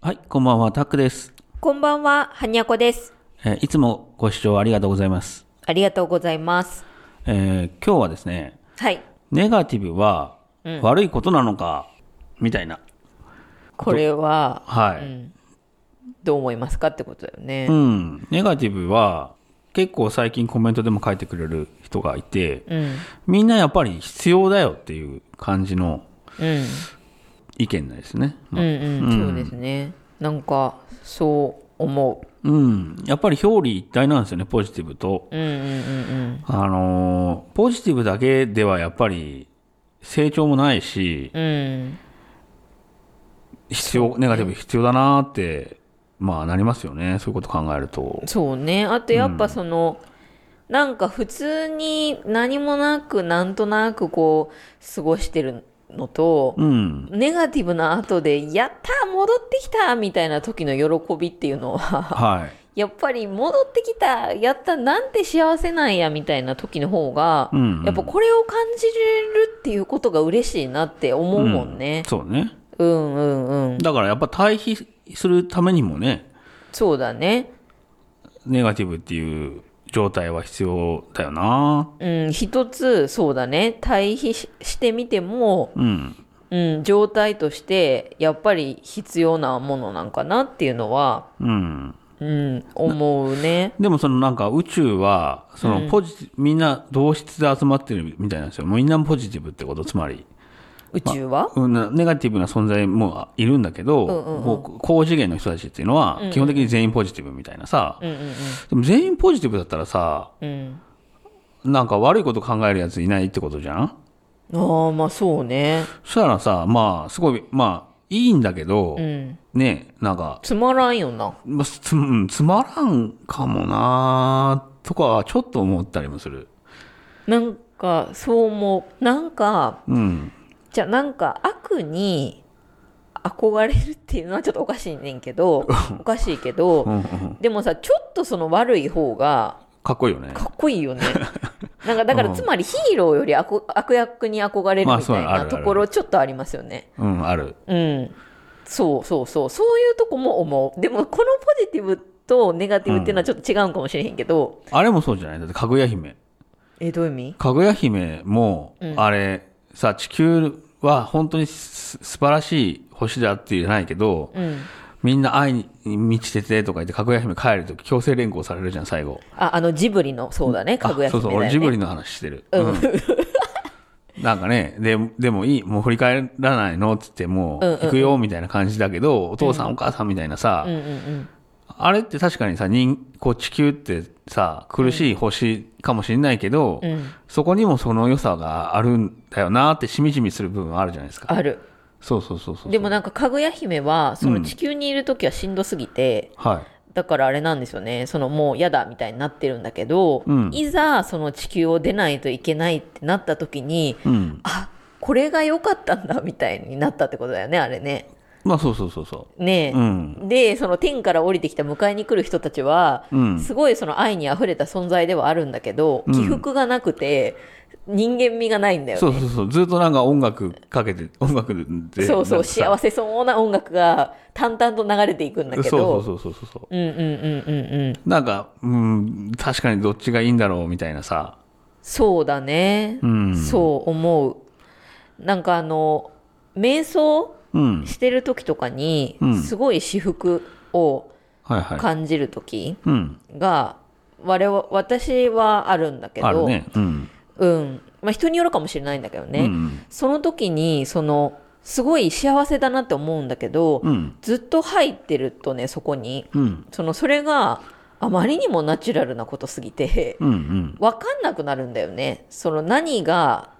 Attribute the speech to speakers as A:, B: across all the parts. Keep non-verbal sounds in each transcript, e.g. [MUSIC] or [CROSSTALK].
A: はい、こんばんは、タックです。
B: こんばんは、はにゃこです。
A: えーいつもご視聴ありがとうございます。
B: ありがとうございます。
A: えー今日はですね、
B: はい。
A: ネガティブは悪いことなのか、みたいな。
B: これは、
A: はい。
B: どう思いますかってことだよね
A: う。ん、ネガティブは結構最近コメントでも書いてくれる人がいて、
B: うん。
A: みんなやっぱり必要だよっていう感じの
B: うん。
A: 意見なんですね。
B: うんうん。そうですね。なんか、そう思
A: うん、やっぱり表裏一体なんですよね、ポジティブと。
B: う。うんうんうん
A: あのーポジティブだけではやっぱり成長もないし、
B: うん。うん。
A: 必要、ネガティブ必要だなーって、まあなりますよね、そういうこと考えると。
B: そうね。あとやっぱその、なんか普通に何もなく、なんとなくこう、過ごしてるのと、
A: うん。
B: ネガティブな後で、やったー戻ってきたーみたいな時の喜びっていうのは、
A: はい。
B: やっぱり戻ってきた、やった、なんて幸せなんやみたいな時の方が、
A: うんうん
B: やっぱこれを感じれるっていうことが嬉しいなって思うもんね。
A: そうね。
B: うん、うん、うん。
A: だからやっぱ対比するためにもね、
B: そうだね。
A: ネガティブっていう状態は必要だよな
B: うん、一つ、そうだね。対比ししてみても、
A: うん。
B: うん、状態として、やっぱり必要なものなんかなっていうのは、
A: うん。
B: うん、思うね。
A: でもそのなんか宇宙は、そのポジティブ、みんな同質で集まってるみたいなんですよ。みんなポジティブってこと、つまり。
B: 宇宙は、
A: うんなネガティブな存在もいるんだけど、こう高次元の人たちっていうのは、基本的に全員ポジティブみたいなさ、
B: うん、うん、
A: でも全員ポジティブだったらさ、
B: うん。
A: なんか悪いこと考えるやついないってことじゃん
B: うん。ああ、まあそうね。
A: そしたらさ、まあ、すごい、まあ、いいんだけど、
B: うん。
A: ね、なんか、
B: つまらんよな。
A: まあつうんつまらんかもなーとかはちょっと思ったりもする。
B: なんかそう思うなんか
A: うん。
B: じゃあなんか悪に憧れるっていうのはちょっとおかしいねんけどおかしいけど、
A: うんうん
B: でもさちょっとその悪い方が
A: かっこいいよね。
B: かっこいいよねなんかだからつまりヒーローよりあこ悪役に憧れる
A: まあ
B: みた
A: そ
B: い
A: うあるあ
B: な
A: る
B: ところちょっとありますよね
A: うん、ある。
B: うんそうそうそうそういうとこも思うでもこのポジティブとネガティブっていうのはちょっと違うんかもしれへんけど、
A: あれもそうじゃないだって、かぐや姫。
B: えどういう意味
A: かぐや姫も、あれ、さ、地球は本当にす素晴らしい星だってじゃないけど、
B: うん
A: みんな愛に満ちててとか言って、かぐや姫帰るとき強制連行されるじゃん、最後。
B: ああのジブリのそうだねかぐや
A: あそ
B: 姫
A: うそ
B: だよ
A: う、
B: ね
A: 俺ジブリの話してる。うんなんかね、で、でもいい、もう振り返らないのって言って、もう、行くよ、みたいな感じだけど、お父さんお母さんみたいなさ、
B: うんうんうん
A: あれって確かにさ、人、こう地球ってさ、苦しい星かもしれないけど、
B: ん
A: そこにもその良さがあるんだよなってしみじみする部分はあるじゃないですか。
B: ある
A: そうそうそうそう。
B: でもなんかかぐや姫はその地球にいる時はしんどすぎて、
A: はい。
B: だからあれなんですよねそのもう嫌だみたいになってるんだけど、
A: うん
B: いざその地球を出ないといけないってなった時に
A: うん。
B: あこれが良かったんだみたいになったってことだよねあれね
A: まあそうそうそうそ
B: ね
A: う。うん。
B: え、でその天から降りてきた迎えに来る人たちは、
A: うん。
B: すごいその愛にあふれた存在ではあるんだけど
A: うん
B: 起伏がなくて人間味がないんだよね
A: そうそうそう。ずっとなんか音楽かけて、音楽で。
B: そうそ
A: な
B: う、
A: ん
B: 幸
A: か
B: せそうな音楽が淡々と流れていくんだ
A: さ
B: けど。
A: そうそうそうそうそう。
B: うんうんうんうんうん。
A: なんか、うん、確かにどっちがいいんだろうみたいなさ。
B: そうだね。
A: うん。
B: そう思う。なんかあの、瞑想
A: うん。
B: してる時とかに
A: う、ん
B: すごい私服を
A: はいはい。
B: 感じる時
A: うん。
B: が、我々私はあるんだけど、
A: あるね。うん。
B: うん。まあ人によるかもしれないんだけどね。
A: うん。
B: その時に、その、すごい幸せだなって思うんだけど、
A: うん。
B: ずっと入ってるとね、そこに。
A: うん。
B: そのそれがあまりにもナチュラルなことすぎて
A: うん。うん。
B: 分かんなくなるんだよねその何が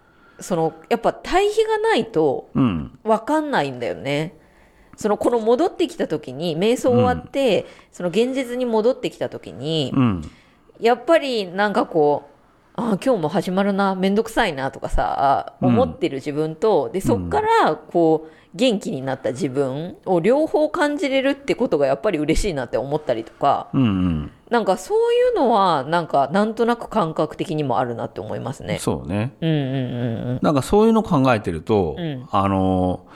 B: そのやっぱ対比がないと
A: うん。
B: 分かんないんだよねそのこの戻ってきた時に瞑想終わって、その現実に戻ってきた時に、
A: うん。
B: やっぱりなんかこうあー今日も始まるな面倒くさいなとかさ
A: うん
B: 思ってる自分と、でそっからこう元気になった自分を両方感じれるってことがやっぱり嬉しいなって思ったりとか、
A: うん。うん。
B: なんかそういうのはなんかなんとなく感覚的にもあるなって思いますね。
A: そうね。
B: うんうんうんうん。
A: なんかそういうの考えてると
B: うん、
A: あの、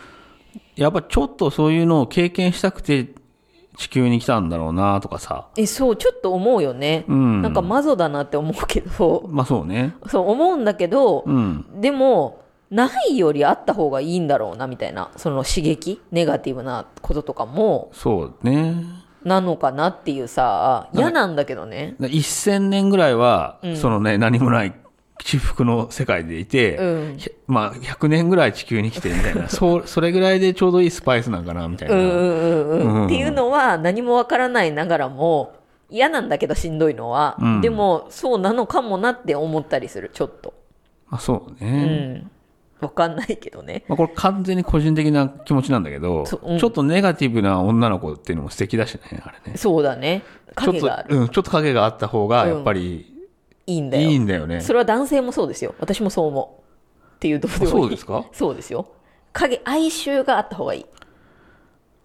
A: やっぱちょっとそういうのを経験したくて地球に来たんだろうなとかさ。
B: えそうちょっと思うよね、
A: うん。
B: なんかマゾだなって思うけど
A: まあそうね。
B: そう思うんだけど、
A: うん。
B: でもないよりあった方がいいんだろうなみたいなその刺激ネガティブなこととかも
A: そうね。
B: なのかなっていうさ嫌なんだけどね
A: だ1000年ぐらいは、そのね、何もない起伏の世界でいて、
B: うん
A: ひまあ100年ぐらい地球に来てみたい
B: [LAUGHS]
A: な、そう、それぐらいでちょうどいいスパイスなんかな、みたいな。
B: うんうんうん
A: う
B: うんんっていうのは何もわからないながらも嫌なんだけどしんどいのは、
A: うん
B: でもそうなのかもなって思ったりするちょっと
A: まあそう
B: う
A: ね。
B: んわかんないけどね
A: まあこれ完全に個人的な気持ちなんだけど、
B: そううん
A: ちょっとネガティブな女の子っていうのも素敵だしね、あれね。
B: そうだね
A: ちょっ
B: 影
A: と
B: がある、
A: うん、ちょっと影があった方が、やっぱり
B: いいんだ
A: い
B: よ
A: いんだよね。
B: それは男性もそうですよ私もそう思うっていうどうでもいい
A: そうですか
B: そうですよ影哀愁があった方がいい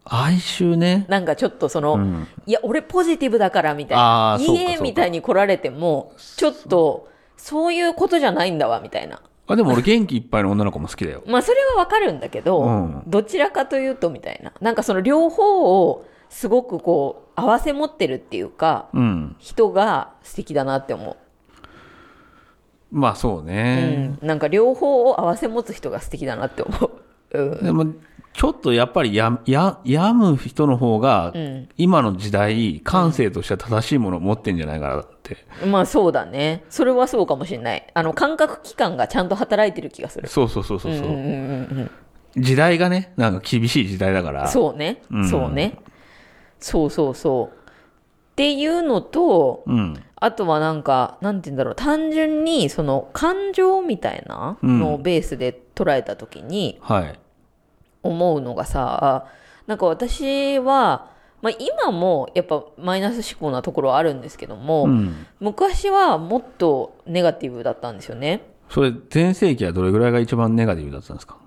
A: 哀愁ね。
B: なんかちょっとその、
A: うん
B: いや俺ポジティブだからみたい
A: あ
B: な
A: ーそうか
B: 家
A: そうか
B: みたいに来られてもちょっとそういうことじゃないんだわみたいな
A: あ、でも俺元気いっぱいの女の子も好きだよ。
B: まあそれはわかるんだけど、
A: うん
B: どちらかというとみたいななんかその両方をすごくこう合わせ持ってるっていうか
A: うん。
B: 人が素敵だなって思
A: まあそう
B: う、
A: ね。
B: うん、なんか両方を合わせ持つ人が素敵だなって思う、 [LAUGHS] うん、
A: でも、ちょっとやっぱりや、や、病む人の方が、
B: ん
A: 今の時代、感性としては正しいものを持ってんじゃないかなって。
B: まあそうだねそれはそうかもしれないあの感覚器官がちゃんと働いてる気がする
A: そうそうそうそう。う
B: うんうんうんうん
A: 時代がね、なんか厳しい時代だから。
B: そうね、
A: うん
B: そうねそうそうそうっていうのと
A: う。ん。
B: あとはなんかなんて言うんだろう単純にその感情みたいなのをベースで捉えた時に
A: はい。
B: 思うのがさ、なんか私は、まあ、今もやっぱマイナス思考なところはあるんですけども、
A: うん。
B: 昔はもっとネガティブだったんですよね。
A: それ、前世紀はどれぐらいが一番ネガティブだったんですか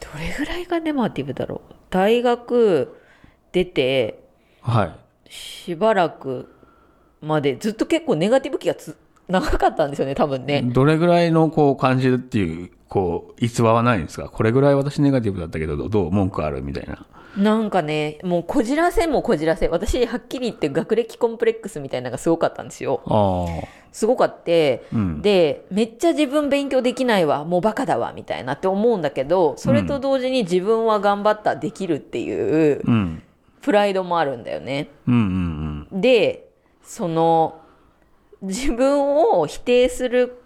B: どれぐらいがネガティブだろう大学出て
A: はい。
B: しばらくまでずっと結構ネガティブ期がつ長かったんですよね多分ね
A: どれぐらいの、こう、感じるっていう、こう、逸話はないんですかこれぐらい私ネガティブだったけど、どう文句あるみたいな。
B: なんかねもうこじらせもこじらせ私はっきり言って学歴コンプレックスみたいなのがすごかったんですよ
A: ああ。
B: すごかって
A: うん。
B: でめっちゃ自分勉強できないわもうバカだわみたいなって思うんだけどそれと同時に自分は頑張ったできるっていう
A: うん。
B: プライドもあるんだよね
A: うんうん
B: でその自分を否定する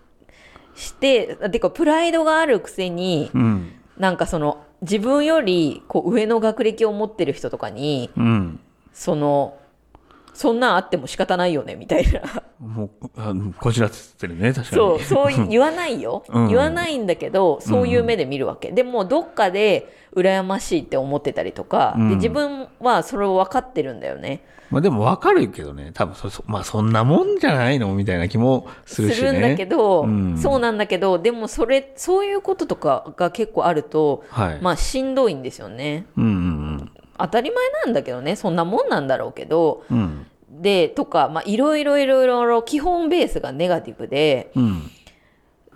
B: しててかプライドがあるくせに
A: うん。うん。
B: なんかその自分よりこう上の学歴を持ってる人とかに
A: うん。
B: そのそんなんあっても仕方ないよねみたいな
A: もう、あのこじらせてるね、確かに。
B: そうそうい言わないよ、
A: うん
B: 言わないんだけどそういう目で見るわけ、でもどっかで羨ましいって思ってたりとか、
A: うん
B: で自分はそれを分かってるんだよね、
A: まあでもわかるけどね、多分そ、そまあそんなもんじゃないのみたいな気もす
B: す
A: る
B: る
A: しね。
B: んだけど、
A: うん
B: そうなんだけどでもそれそういうこととかが結構あると、
A: はい。
B: まあしんどいんですよね
A: うんうん
B: 当たり前なんだけどねそんなもんなんだろうけど
A: うん。うん。
B: でとかまあいろいろいろいろ基本ベースがネガティブで
A: うん。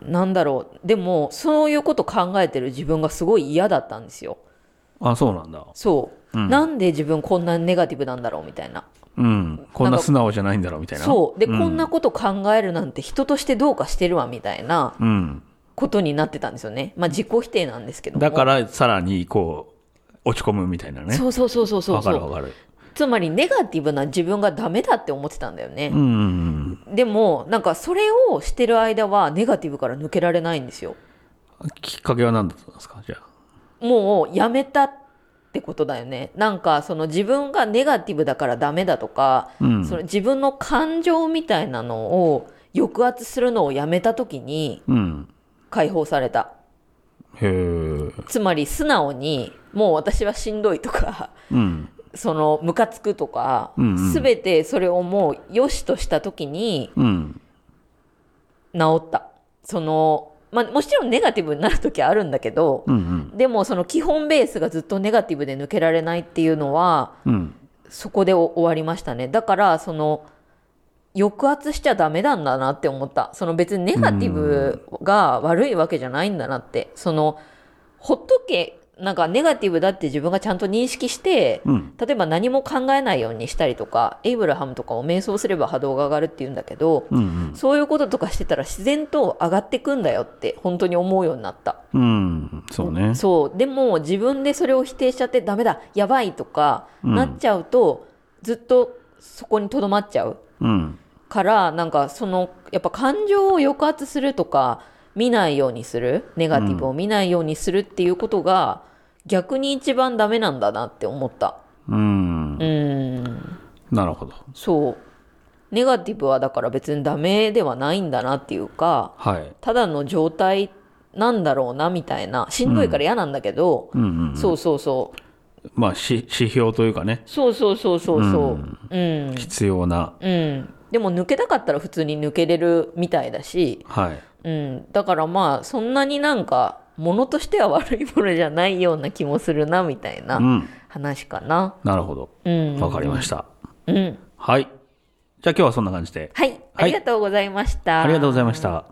B: なんだろうでもそういうこと考えてる自分がすごい嫌だったんですよ
A: あ、そうなんだ。
B: そう、
A: うん
B: なんで自分こんなネガティブなんだろうみたいな
A: うん。こんな素直じゃないんだろうみたいな。
B: そうで、
A: ん
B: こんな。こと考えるなんて人としてどうかしてるわみたいな
A: うん。
B: ことになってたんですよねまあ自己否定なんですけども
A: だから、さらに、こう、落ち込むみたいなね。
B: そうそうそうそうそ
A: わ
B: う
A: か
B: そ
A: る
B: う
A: わかる。
B: つまりネガティブな自分がダメだって思ってたんだよ
A: うん
B: ね、
A: うんうん。
B: でもなんかそれをしてる間はネガティブから抜けられないんですよ
A: きっかけは何だったんですかじゃあ。
B: もうやめたってことだよねなんかその自分がネガティブだからダメだとか、
A: うん
B: その自分の感情みたいなのを抑圧するのをやめた時に
A: うん。
B: 解放された
A: へえ。
B: つまり素直にもう私はしんどいとか [LAUGHS]
A: うん。
B: そのムカつくとか、
A: うんうん
B: 全てそれをもう良しとした時に
A: うん。
B: 治ったその、まあ、もちろんネガティブになる時はあるんだけど
A: うんうん。
B: でもその基本ベースがずっとネガティブで抜けられないっていうのは
A: うん。
B: そこで終わりましたねだからその抑圧しちゃダメなんだなって思ったその別にネガティブが悪いわけじゃないんだなってそのほっとけなんかネガティブだって自分がちゃんと認識して、
A: うん。
B: 例えば何も考えないようにしたりとか、エイブラハムとかを瞑想すれば波動が上がるって言うんだけど、
A: うん
B: そういうこととかしてたら自然と上がってくんだよって本当に思うようになった。
A: うん。うん。そうね。
B: そう。でも自分でそれを否定しちゃってダメだ、やばいとか
A: うん
B: なっちゃうと、ずっとそこにとどまっちゃう
A: うん。
B: から、なんかその、やっぱ感情を抑圧するとか、見ないようにする、ネガティブを見ないようにするっていうことが、逆に一番ダメなんだなって思った。
A: うん
B: う。ーん。
A: なるほど。
B: そう。ネガティブはだから別にダメではないんだなっていうか、
A: はい。
B: ただの状態なんだろうなみたいな、しんどいから嫌なんだけど、
A: うんうん。
B: そうそうそう。
A: まあ、し指標というかね、
B: そうそうそうそうそう。うん。
A: 必要な。
B: うん。でも抜けたかったら普通に抜けれるみたいだし、
A: はい。。
B: うん。だからまあ、そんなになんか、ものとしては悪いものじゃないような気もするなみたいうなん話かな。
A: なるほど。
B: うん。
A: わかりました。
B: うん。
A: はい。じゃあ今日はそんな感じで。
B: はい。ありがとうございました。
A: ありがとうございました。